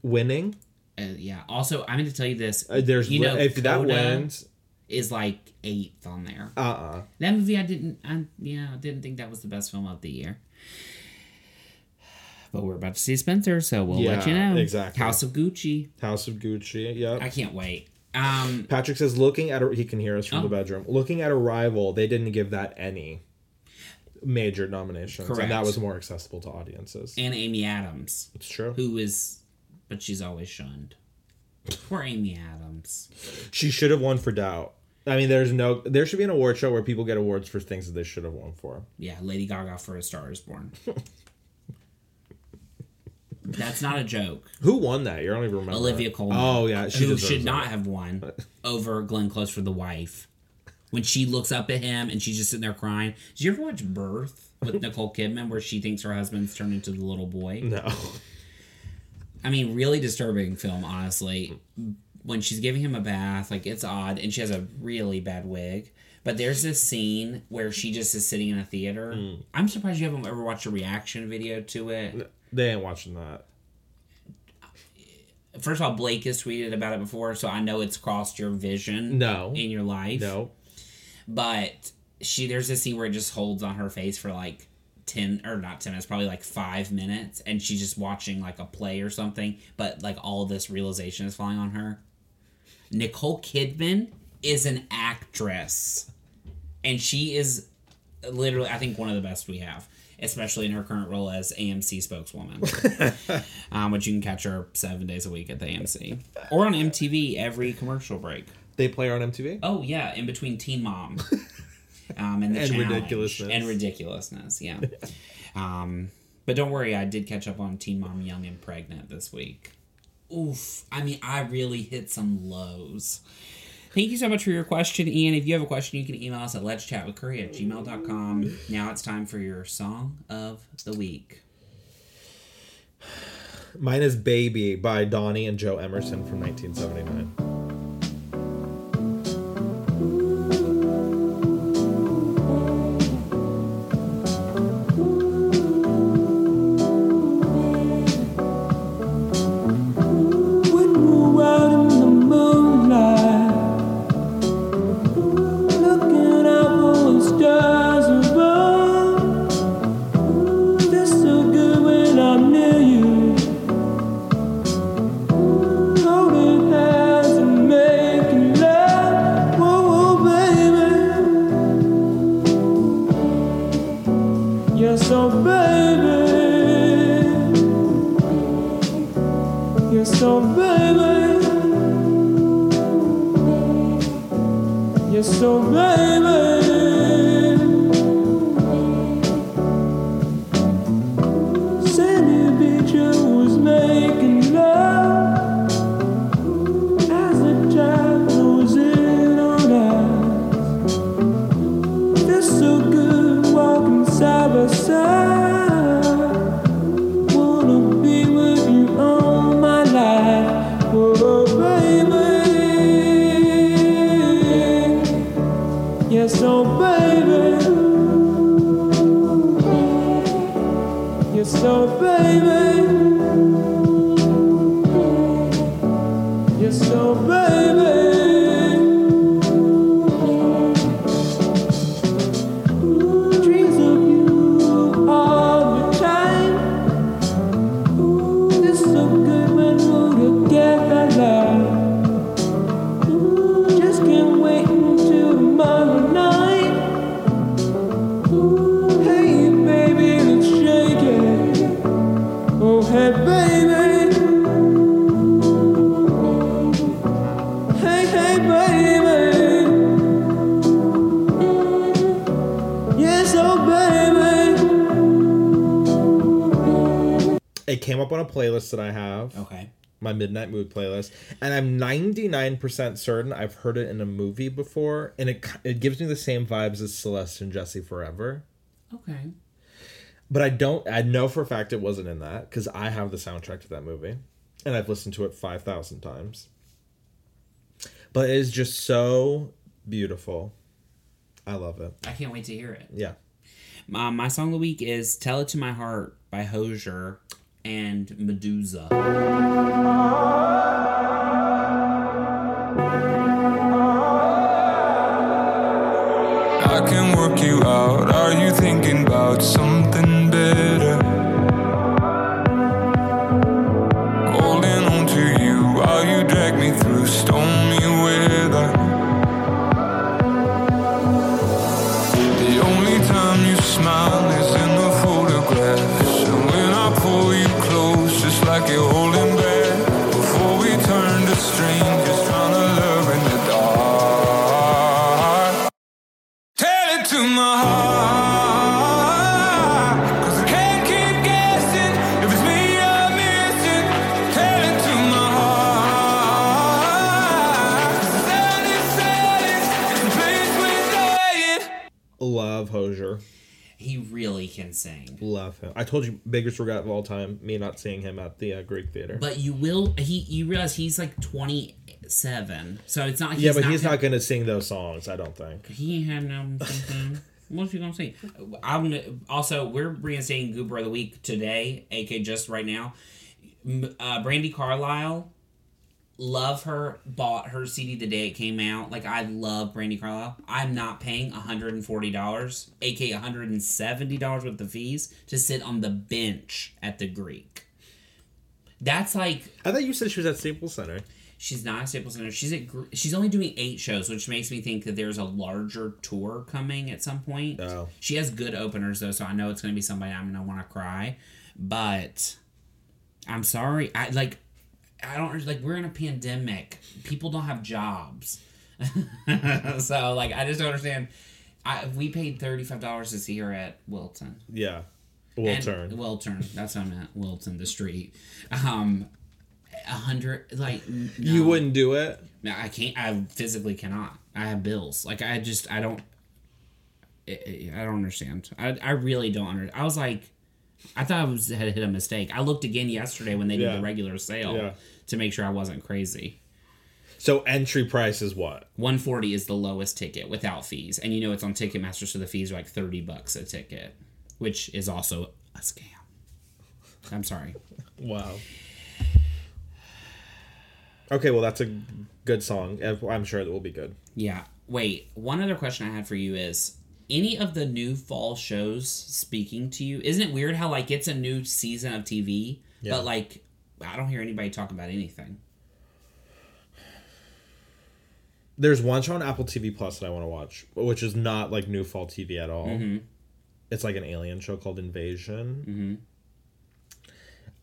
[SPEAKER 2] Winning.
[SPEAKER 1] Uh, yeah. Also, I'm going to tell you this.
[SPEAKER 2] Uh, there's
[SPEAKER 1] You know,
[SPEAKER 2] if that
[SPEAKER 1] Coda-
[SPEAKER 2] wins,
[SPEAKER 1] is like eighth on there.
[SPEAKER 2] uh uh
[SPEAKER 1] That movie I didn't I yeah, I didn't think that was the best film of the year. But we're about to see Spencer, so we'll let you
[SPEAKER 2] Yeah,
[SPEAKER 1] know.
[SPEAKER 2] exactly.
[SPEAKER 1] House of Gucci.
[SPEAKER 2] House of Gucci. Yep.
[SPEAKER 1] I can't wait. Um,
[SPEAKER 2] Patrick says, looking at a, he can hear us from
[SPEAKER 1] Oh.
[SPEAKER 2] the bedroom. Looking at Arrival, they didn't give that any major nominations, and that
[SPEAKER 1] Correct.
[SPEAKER 2] was more accessible to audiences.
[SPEAKER 1] and Amy Adams,
[SPEAKER 2] it's true.
[SPEAKER 1] who is, but she's always shunned. Poor Amy Adams.
[SPEAKER 2] She should have won for Doubt. I mean, there's no. There should be an award show where people get awards for things that they should have won for.
[SPEAKER 1] Yeah, Lady Gaga for A Star Is Born. That's not a joke.
[SPEAKER 2] Who won that? You're only remembering
[SPEAKER 1] Olivia Colman.
[SPEAKER 2] Oh yeah, she
[SPEAKER 1] who
[SPEAKER 2] deserves
[SPEAKER 1] should
[SPEAKER 2] it.
[SPEAKER 1] not have won over Glenn Close for the wife. When she looks up at him and she's just sitting there crying. Did you ever watch Birth with Nicole Kidman where she thinks her husband's turned into the little boy?
[SPEAKER 2] No.
[SPEAKER 1] I mean, really disturbing film, honestly. When she's giving him a bath, like it's odd, and she has a really bad wig. But there's this scene where she just is sitting in a theater.
[SPEAKER 2] Mm.
[SPEAKER 1] I'm surprised you haven't ever watched a reaction video to it.
[SPEAKER 2] They ain't watching that.
[SPEAKER 1] First of all, Blake has tweeted about it before, so I know it's crossed your vision
[SPEAKER 2] No.
[SPEAKER 1] in your life.
[SPEAKER 2] No.
[SPEAKER 1] but she there's this scene where it just holds on her face for like 10 or not 10 it's probably like five minutes and she's just watching like a play or something but like all this realization is falling on her nicole kidman is an actress and she is literally i think one of the best we have especially in her current role as amc spokeswoman um, which you can catch her seven days a week at the amc or on mtv every commercial break
[SPEAKER 2] They play her on MTV.
[SPEAKER 1] Oh yeah, in between Teen Mom, um, and the
[SPEAKER 2] And
[SPEAKER 1] Challenge.
[SPEAKER 2] ridiculousness.
[SPEAKER 1] and ridiculousness. Yeah, um, but don't worry, I did catch up on Teen Mom, Young and Pregnant this week. Oof! I mean, I really hit some lows. Thank you so much for your question, Ian. If you have a question, you can email us at let's chat with curry at gmail.com. Now it's time for your song of the week.
[SPEAKER 2] Mine is Baby by Donnie and Joe Emerson from 1979.
[SPEAKER 3] Would go out in the moonlight, looking up on the stars above. Feel so good when I'm near you, holding hands and making love. Whoa, baby, yes, oh baby. You're so baby. You're so baby. Sandy beach I was making love as the tide blows in on us. Feels so good walking side by side wanna be with you all my life. Oh, baby. Yes, oh, baby. Yes, oh, baby. Yes, oh, baby. Dreams of you all the time. It's so good when we're together. Just can't wait until tomorrow night. Hey, baby, let's shake it. Oh, hey, baby. Hey, hey, baby. Yes, oh, baby.
[SPEAKER 2] It came up on a playlist that I have,
[SPEAKER 1] Okay.
[SPEAKER 2] my Midnight Mood playlist, and I'm 99% certain I've heard it in a movie before, and it ki- it gives me the same vibes as Celeste and Jesse Forever.
[SPEAKER 1] Okay.
[SPEAKER 2] But I don't. I know for a fact it wasn't in that because I have the soundtrack to that movie, and I've listened to it five thousand times. But it is just so beautiful. I love it.
[SPEAKER 1] I can't wait to hear it.
[SPEAKER 2] Yeah.
[SPEAKER 1] Um, my song of the week is Tell It to My Heart by Hosier and Medusa.
[SPEAKER 4] I can work you out. Are you thinking about something better? like you're holding back before we turn to strangers trying to love in the dark. Tell it to my heart, 'cause I can't keep guessing if it's me I'm missing. Tell it to my heart, 'cause the silence, silence is the place we're dying.
[SPEAKER 2] Love Hosier.
[SPEAKER 1] He really can sing. Love
[SPEAKER 2] I told you, biggest regret of all time, me not seeing him at the uh, Greek Theater.
[SPEAKER 1] But you will. He. You realize he's like twenty seven. So it's not. He's
[SPEAKER 2] yeah, but he's not going to sing those songs, I don't think.
[SPEAKER 1] He ain't had no. something. What's he gonna sing? I'm gonna, also we're reinstating Goober of the Week today, aka just right now. M- Uh, Brandy Carlisle, love her. Bought her CD the day it came out. Like I love Brandy Carlisle. I'm not paying 140 dollars, aka 170 dollars with the fees to sit on the bench at the Greek. That's like
[SPEAKER 2] I thought you said she was at Staples Center.
[SPEAKER 1] She's not a Staples Center. She's at, Gr- she's only doing eight shows, which makes me think that there's a larger tour coming at some point.
[SPEAKER 2] Oh.
[SPEAKER 1] She has good openers though, so I know it's going to be somebody I'm going to want to cry. But I'm sorry, I like, I don't like we're in a pandemic. People don't have jobs, so like I just don't understand. I we paid thirty five dollars to see her at Wilton.
[SPEAKER 2] Yeah. Will
[SPEAKER 1] And-
[SPEAKER 2] turn.
[SPEAKER 1] Will turn. That's what I meant. Wilton, the street. Um, a hundred like n-
[SPEAKER 2] You
[SPEAKER 1] no.
[SPEAKER 2] wouldn't do it?
[SPEAKER 1] No, I can't. I physically cannot. I have bills. Like I just I don't. I, I don't understand. I I really don't under. I was like, I thought I was had hit a mistake. I looked again yesterday when they did
[SPEAKER 2] Yeah.
[SPEAKER 1] the regular sale
[SPEAKER 2] Yeah.
[SPEAKER 1] to make sure I wasn't crazy.
[SPEAKER 2] So entry price is what?
[SPEAKER 1] 140 is the lowest ticket without fees, and you know it's on Ticketmaster, so the fees are like 30 bucks a ticket, which is also a scam. I'm sorry.
[SPEAKER 2] Wow. Okay, well that's a good song. I'm sure it will be good.
[SPEAKER 1] Yeah. Wait, one other question I had for you is any of the new fall shows speaking to you? Isn't it weird how like it's a new season of TV,
[SPEAKER 2] Yeah.
[SPEAKER 1] but like I don't hear anybody talk about anything.
[SPEAKER 2] There's one show on Apple TV Plus that I want to watch, which is not like new fall TV at all.
[SPEAKER 1] Mm-hmm.
[SPEAKER 2] It's like an alien show called Invasion.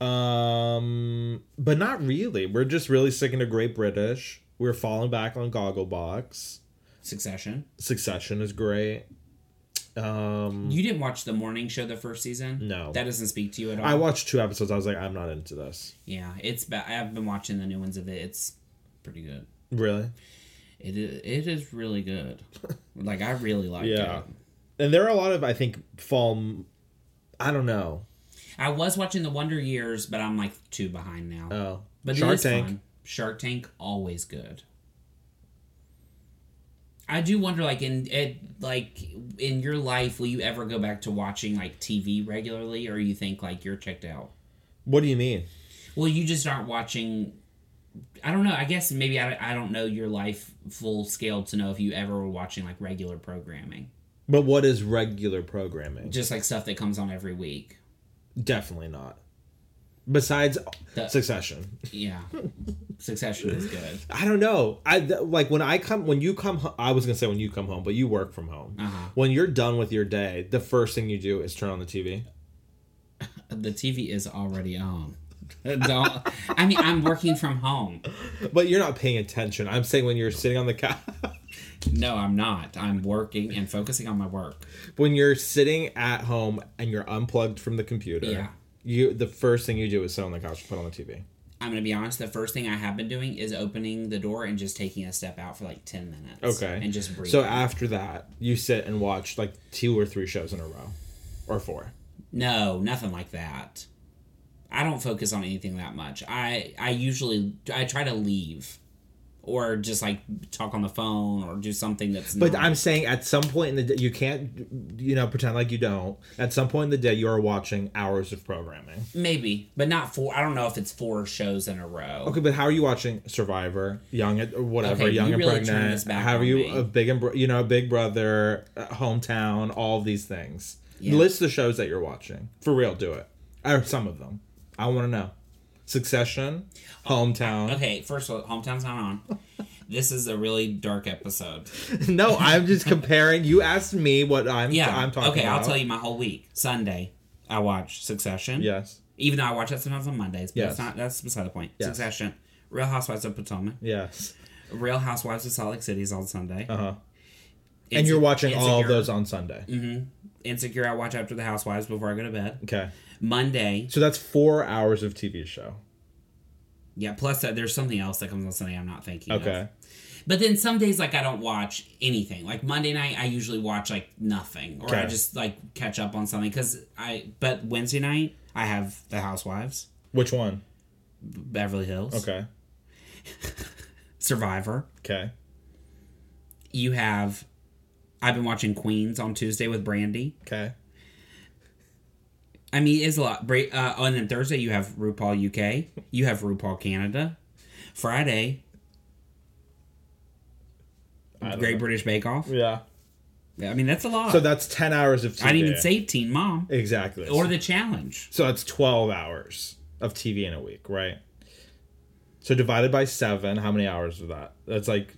[SPEAKER 1] Mm-hmm.
[SPEAKER 2] Um, but not really. We're just really sticking to Great British. We're falling back on Gogglebox.
[SPEAKER 1] Succession.
[SPEAKER 2] Succession is great. Um,
[SPEAKER 1] You didn't watch the morning show the first season?
[SPEAKER 2] No.
[SPEAKER 1] That doesn't speak to you at all.
[SPEAKER 2] I watched two episodes. I was like, I'm not into this.
[SPEAKER 1] yeah, it's bad. I've been watching the new ones of it. It's pretty good.
[SPEAKER 2] Really?
[SPEAKER 1] It is, it is really good. like I really liked
[SPEAKER 2] Yeah.
[SPEAKER 1] it.
[SPEAKER 2] And there are a lot of I think fall. m- I don't know.
[SPEAKER 1] I was watching The Wonder Years, but I'm like two behind now.
[SPEAKER 2] Oh,
[SPEAKER 1] But Shark
[SPEAKER 2] Shark
[SPEAKER 1] it is
[SPEAKER 2] Tank.
[SPEAKER 1] Fun. Shark Tank always good. I do wonder, like in it, like in your life, will you ever go back to watching like TV regularly, or you think like you're checked out?
[SPEAKER 2] What do you mean?
[SPEAKER 1] Well, you just aren't watching. I don't know. I guess maybe I, I don't know your life full scale to know if you ever were watching like regular programming,
[SPEAKER 2] But what is regular programming?
[SPEAKER 1] just like stuff that comes on every week.
[SPEAKER 2] Definitely not. Besides
[SPEAKER 1] The-
[SPEAKER 2] Succession,
[SPEAKER 1] Yeah, Succession is good.
[SPEAKER 2] I don't know. I th- like when I come when you come. Ho- I was gonna say when you come home, but you work from home.
[SPEAKER 1] Uh-huh.
[SPEAKER 2] When you're done with your day, the first thing you do is turn on the TV.
[SPEAKER 1] The TV is already on. Don't. I mean, I'm working from home.
[SPEAKER 2] But you're not paying attention. I'm saying when you're sitting on the couch,
[SPEAKER 1] No, I'm not. I'm working and focusing on my work.
[SPEAKER 2] when you're sitting at home and you're unplugged from the computer.
[SPEAKER 1] Yeah.
[SPEAKER 2] You the first thing you do is sit on the couch, and put on the TV.
[SPEAKER 1] I'm going to be honest. The first thing I have been doing is opening the door and just taking a step out for like 10 minutes.
[SPEAKER 2] Okay.
[SPEAKER 1] And just breathing.
[SPEAKER 2] So after that, you sit and watch like two or three shows in a row, or four.
[SPEAKER 1] no, nothing like that. I don't focus on anything that much. I, I usually, I try to leave or just like talk on the phone or do something that's
[SPEAKER 2] But
[SPEAKER 1] not-
[SPEAKER 2] I'm saying at some point in the day, you can't, you know, pretend like you don't. At some point in the day, you are watching hours of programming.
[SPEAKER 1] maybe, but not four. I don't know if it's four shows in a row.
[SPEAKER 2] Okay, but how are you watching Survivor, Young and or whatever,
[SPEAKER 1] Okay,
[SPEAKER 2] Young
[SPEAKER 1] you
[SPEAKER 2] and
[SPEAKER 1] really turned
[SPEAKER 2] Pregnant?
[SPEAKER 1] this back
[SPEAKER 2] How are
[SPEAKER 1] on
[SPEAKER 2] you
[SPEAKER 1] me.
[SPEAKER 2] a big and Bro- you know Big Brother, uh, hometown, all these things?
[SPEAKER 1] Yeah.
[SPEAKER 2] List the shows that you're watching for real. Do it or some of them. I want to know. Succession, hometown.
[SPEAKER 1] Okay. First of all, hometown's not on. this is a really dark episode.
[SPEAKER 2] No, I'm just comparing. You asked me what I'm.
[SPEAKER 1] Yeah,
[SPEAKER 2] I'm talking.
[SPEAKER 1] okay.
[SPEAKER 2] about.
[SPEAKER 1] I'll tell you my whole week. Sunday, I watched Succession.
[SPEAKER 2] Yes.
[SPEAKER 1] Even though I watch that sometimes on Mondays, but
[SPEAKER 2] Yes.
[SPEAKER 1] it's not that's beside the point.
[SPEAKER 2] Yes.
[SPEAKER 1] Succession. Real Housewives of Potomac.
[SPEAKER 2] Yes.
[SPEAKER 1] Real Housewives of Salt Lake City is on Sunday.
[SPEAKER 2] Uh huh. And you're watching all of those on Sunday.
[SPEAKER 1] Mm-hmm. Insecure I watch after the Housewives before I go to bed.
[SPEAKER 2] Okay.
[SPEAKER 1] Monday.
[SPEAKER 2] So that's four hours of TV show.
[SPEAKER 1] Yeah, plus that there's something else that comes on Sunday I'm not thinking of.
[SPEAKER 2] Okay.
[SPEAKER 1] But then some days like I don't watch anything. Like Monday night I usually watch like nothing or I
[SPEAKER 2] Okay.
[SPEAKER 1] just like catch up on something cuz I but Wednesday night I have The Housewives,
[SPEAKER 2] Which one?
[SPEAKER 1] Beverly Hills,
[SPEAKER 2] Okay.
[SPEAKER 1] Survivor.
[SPEAKER 2] Okay.
[SPEAKER 1] You have I've been watching Queens on Tuesday with Brandy.
[SPEAKER 2] Okay.
[SPEAKER 1] I mean, it's a lot. Bra- Uh, and then Thursday you have RuPaul UK, you have RuPaul Canada. Friday,
[SPEAKER 2] don't
[SPEAKER 1] Great British Bake Off.
[SPEAKER 2] Yeah.
[SPEAKER 1] I mean, that's a lot.
[SPEAKER 2] So that's ten hours of TV.
[SPEAKER 1] I didn't even say Teen Mom
[SPEAKER 2] exactly.
[SPEAKER 1] or the challenge.
[SPEAKER 2] so that's twelve hours of TV in a week, right? So divided by seven, how many hours of that? That's like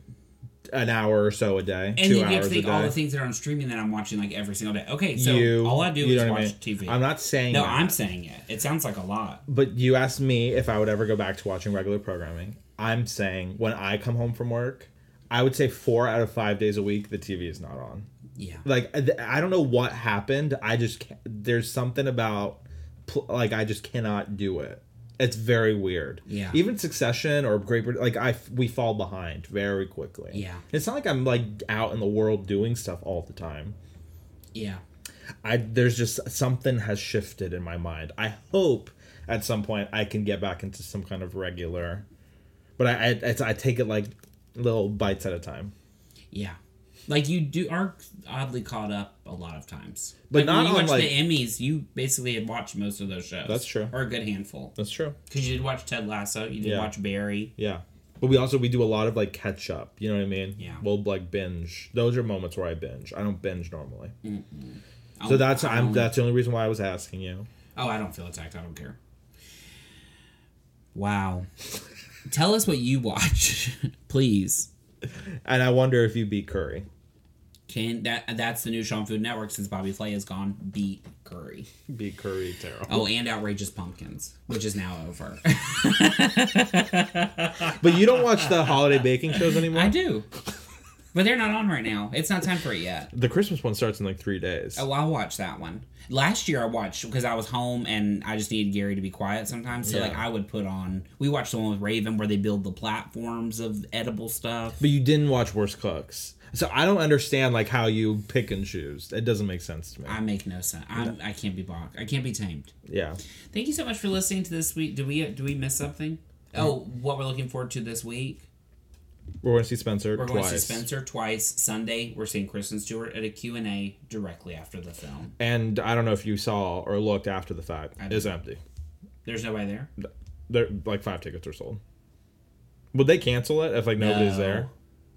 [SPEAKER 2] an hour or so a day.
[SPEAKER 1] And
[SPEAKER 2] two
[SPEAKER 1] then you have
[SPEAKER 2] hours
[SPEAKER 1] to think
[SPEAKER 2] a day.
[SPEAKER 1] all the things that are on streaming that I'm watching like every single day. Okay, so
[SPEAKER 2] you,
[SPEAKER 1] all I do
[SPEAKER 2] you
[SPEAKER 1] is
[SPEAKER 2] know
[SPEAKER 1] watch
[SPEAKER 2] what I mean?
[SPEAKER 1] TV.
[SPEAKER 2] I'm not saying
[SPEAKER 1] No,
[SPEAKER 2] that,
[SPEAKER 1] I'm saying it. It sounds like a lot.
[SPEAKER 2] but you asked me if I would ever go back to watching regular programming. I'm saying when I come home from work, I would say four out of five days a week the TV is not on.
[SPEAKER 1] Yeah.
[SPEAKER 2] Like I I don't know what happened. I just can't, there's something about pl- like I just cannot do it. It's very weird.
[SPEAKER 1] Yeah.
[SPEAKER 2] Even Succession or Great Britain, like I f- we fall behind very quickly.
[SPEAKER 1] Yeah.
[SPEAKER 2] It's not like I'm like out in the world doing stuff all the time.
[SPEAKER 1] Yeah.
[SPEAKER 2] I there's just something has shifted in my mind. I hope at some point I can get back into some kind of regular, but I I, it's, I take it like little bites at a time.
[SPEAKER 1] Yeah. Like you do are oddly caught up a lot of times.
[SPEAKER 2] But
[SPEAKER 1] Like,
[SPEAKER 2] not
[SPEAKER 1] when you
[SPEAKER 2] on,
[SPEAKER 1] watch
[SPEAKER 2] like-
[SPEAKER 1] the Emmys, you basically had watched most of those shows.
[SPEAKER 2] That's true.
[SPEAKER 1] Or a good handful.
[SPEAKER 2] That's true.
[SPEAKER 1] Because you did watch Ted Lasso, you did
[SPEAKER 2] Yeah.
[SPEAKER 1] watch Barry.
[SPEAKER 2] Yeah, but we also we do a lot of like catch up. You know what I mean?
[SPEAKER 1] Yeah.
[SPEAKER 2] We'll like binge. Those are moments where I binge. I don't binge normally.
[SPEAKER 1] I'll-
[SPEAKER 2] So that's
[SPEAKER 1] I'll
[SPEAKER 2] I'm
[SPEAKER 1] only-
[SPEAKER 2] that's the only reason why I was asking you.
[SPEAKER 1] Oh, I don't feel attacked. I don't care. Wow. Tell us what you watch, please.
[SPEAKER 2] And I wonder if you beat Curry.
[SPEAKER 1] Can that that's the new Sean Food Network since Bobby Flay is gone. Beat Curry.
[SPEAKER 2] Beat Curry, Terrell.
[SPEAKER 1] Oh, and Outrageous Pumpkins, which is now over.
[SPEAKER 2] But you don't watch the holiday baking shows anymore.
[SPEAKER 1] I do, but they're not on right now. It's not time for it yet.
[SPEAKER 2] The Christmas one starts in like three days.
[SPEAKER 1] Oh, I'll watch that one. Last year I watched because I was home and I just needed Gary to be quiet sometimes. So
[SPEAKER 2] Yeah.
[SPEAKER 1] like I would put on. We watched the one with Raven where they build the platforms of edible stuff.
[SPEAKER 2] But you didn't watch Worst Cooks. So I don't understand like how you pick and choose. It doesn't make sense to me.
[SPEAKER 1] I make no sense. I'm, I can't be balked. I can't be tamed.
[SPEAKER 2] yeah.
[SPEAKER 1] Thank you so much for listening to this week. Do we do we miss something? Oh, what we're looking forward to this week?
[SPEAKER 2] We're going to see Spencer
[SPEAKER 1] We're
[SPEAKER 2] twice.
[SPEAKER 1] going to see Spencer twice Sunday. We're seeing Kristen Stewart at a Q and A directly after the film.
[SPEAKER 2] And I don't know if you saw or looked after the fact.
[SPEAKER 1] I
[SPEAKER 2] It's empty.
[SPEAKER 1] There's nobody there.
[SPEAKER 2] There like five tickets are sold. Would they cancel it if like nobody's
[SPEAKER 1] No.
[SPEAKER 2] there?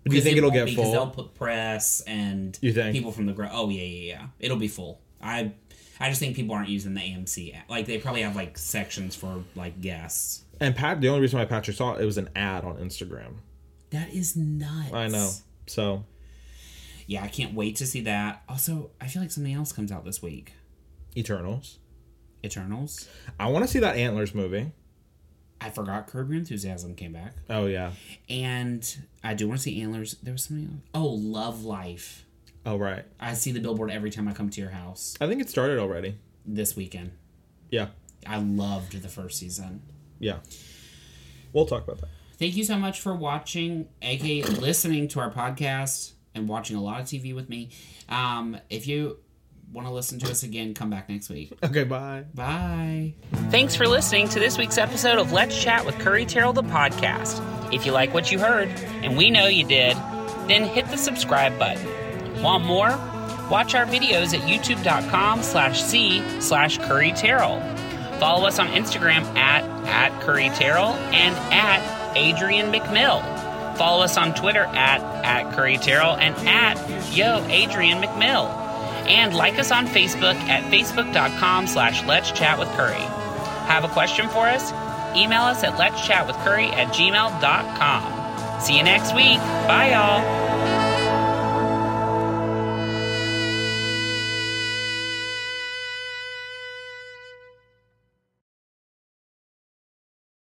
[SPEAKER 2] Do you
[SPEAKER 1] 'Cause
[SPEAKER 2] think
[SPEAKER 1] it
[SPEAKER 2] it'll
[SPEAKER 1] won't
[SPEAKER 2] get
[SPEAKER 1] be, 'cause They'll
[SPEAKER 2] full?
[SPEAKER 1] put press and
[SPEAKER 2] You think?
[SPEAKER 1] people from the gro- oh yeah yeah yeah it'll be full. I I just think people aren't using the AMC app. like they probably have like sections for like guests.
[SPEAKER 2] And Pat, the only reason why Patrick saw it, it was an ad on Instagram.
[SPEAKER 1] That is nuts.
[SPEAKER 2] I know. So
[SPEAKER 1] Yeah, I can't wait to see that. Also, I feel like something else comes out this week.
[SPEAKER 2] Eternals.
[SPEAKER 1] Eternals.
[SPEAKER 2] I want to see that Antlers movie.
[SPEAKER 1] I forgot Curb Your Enthusiasm came back,
[SPEAKER 2] Oh yeah.
[SPEAKER 1] and I do want to see Antlers. There was something else. Oh, Love Life.
[SPEAKER 2] Oh right.
[SPEAKER 1] I see the billboard every time I come to your house
[SPEAKER 2] I think it started already.
[SPEAKER 1] this weekend.
[SPEAKER 2] Yeah.
[SPEAKER 1] I loved the first season.
[SPEAKER 2] Yeah. We'll talk about that.
[SPEAKER 1] Thank you so much for watching, aka listening to our podcast and watching a lot of TV with me. Um, if you want to listen to us again, come back next week.
[SPEAKER 2] Okay, bye.
[SPEAKER 1] Bye.
[SPEAKER 5] Thanks for listening to this week's episode of Let's Chat with Curry Terrell, the podcast. If you like what you heard, and we know you did, then hit the subscribe button. Want more? Watch our videos at youtube.com slash C slash Curry Terrell. Follow us on Instagram at, at Curry Terrell and at Adrian McMill. Follow us on Twitter at, at Curry Terrell and at Yo Adrian McMill. And like us on Facebook at facebook.com slash Let's Chat with Curry. Have a question for us? Email us at let's chat with curry at gmail.com. See you next week. Bye, y'all.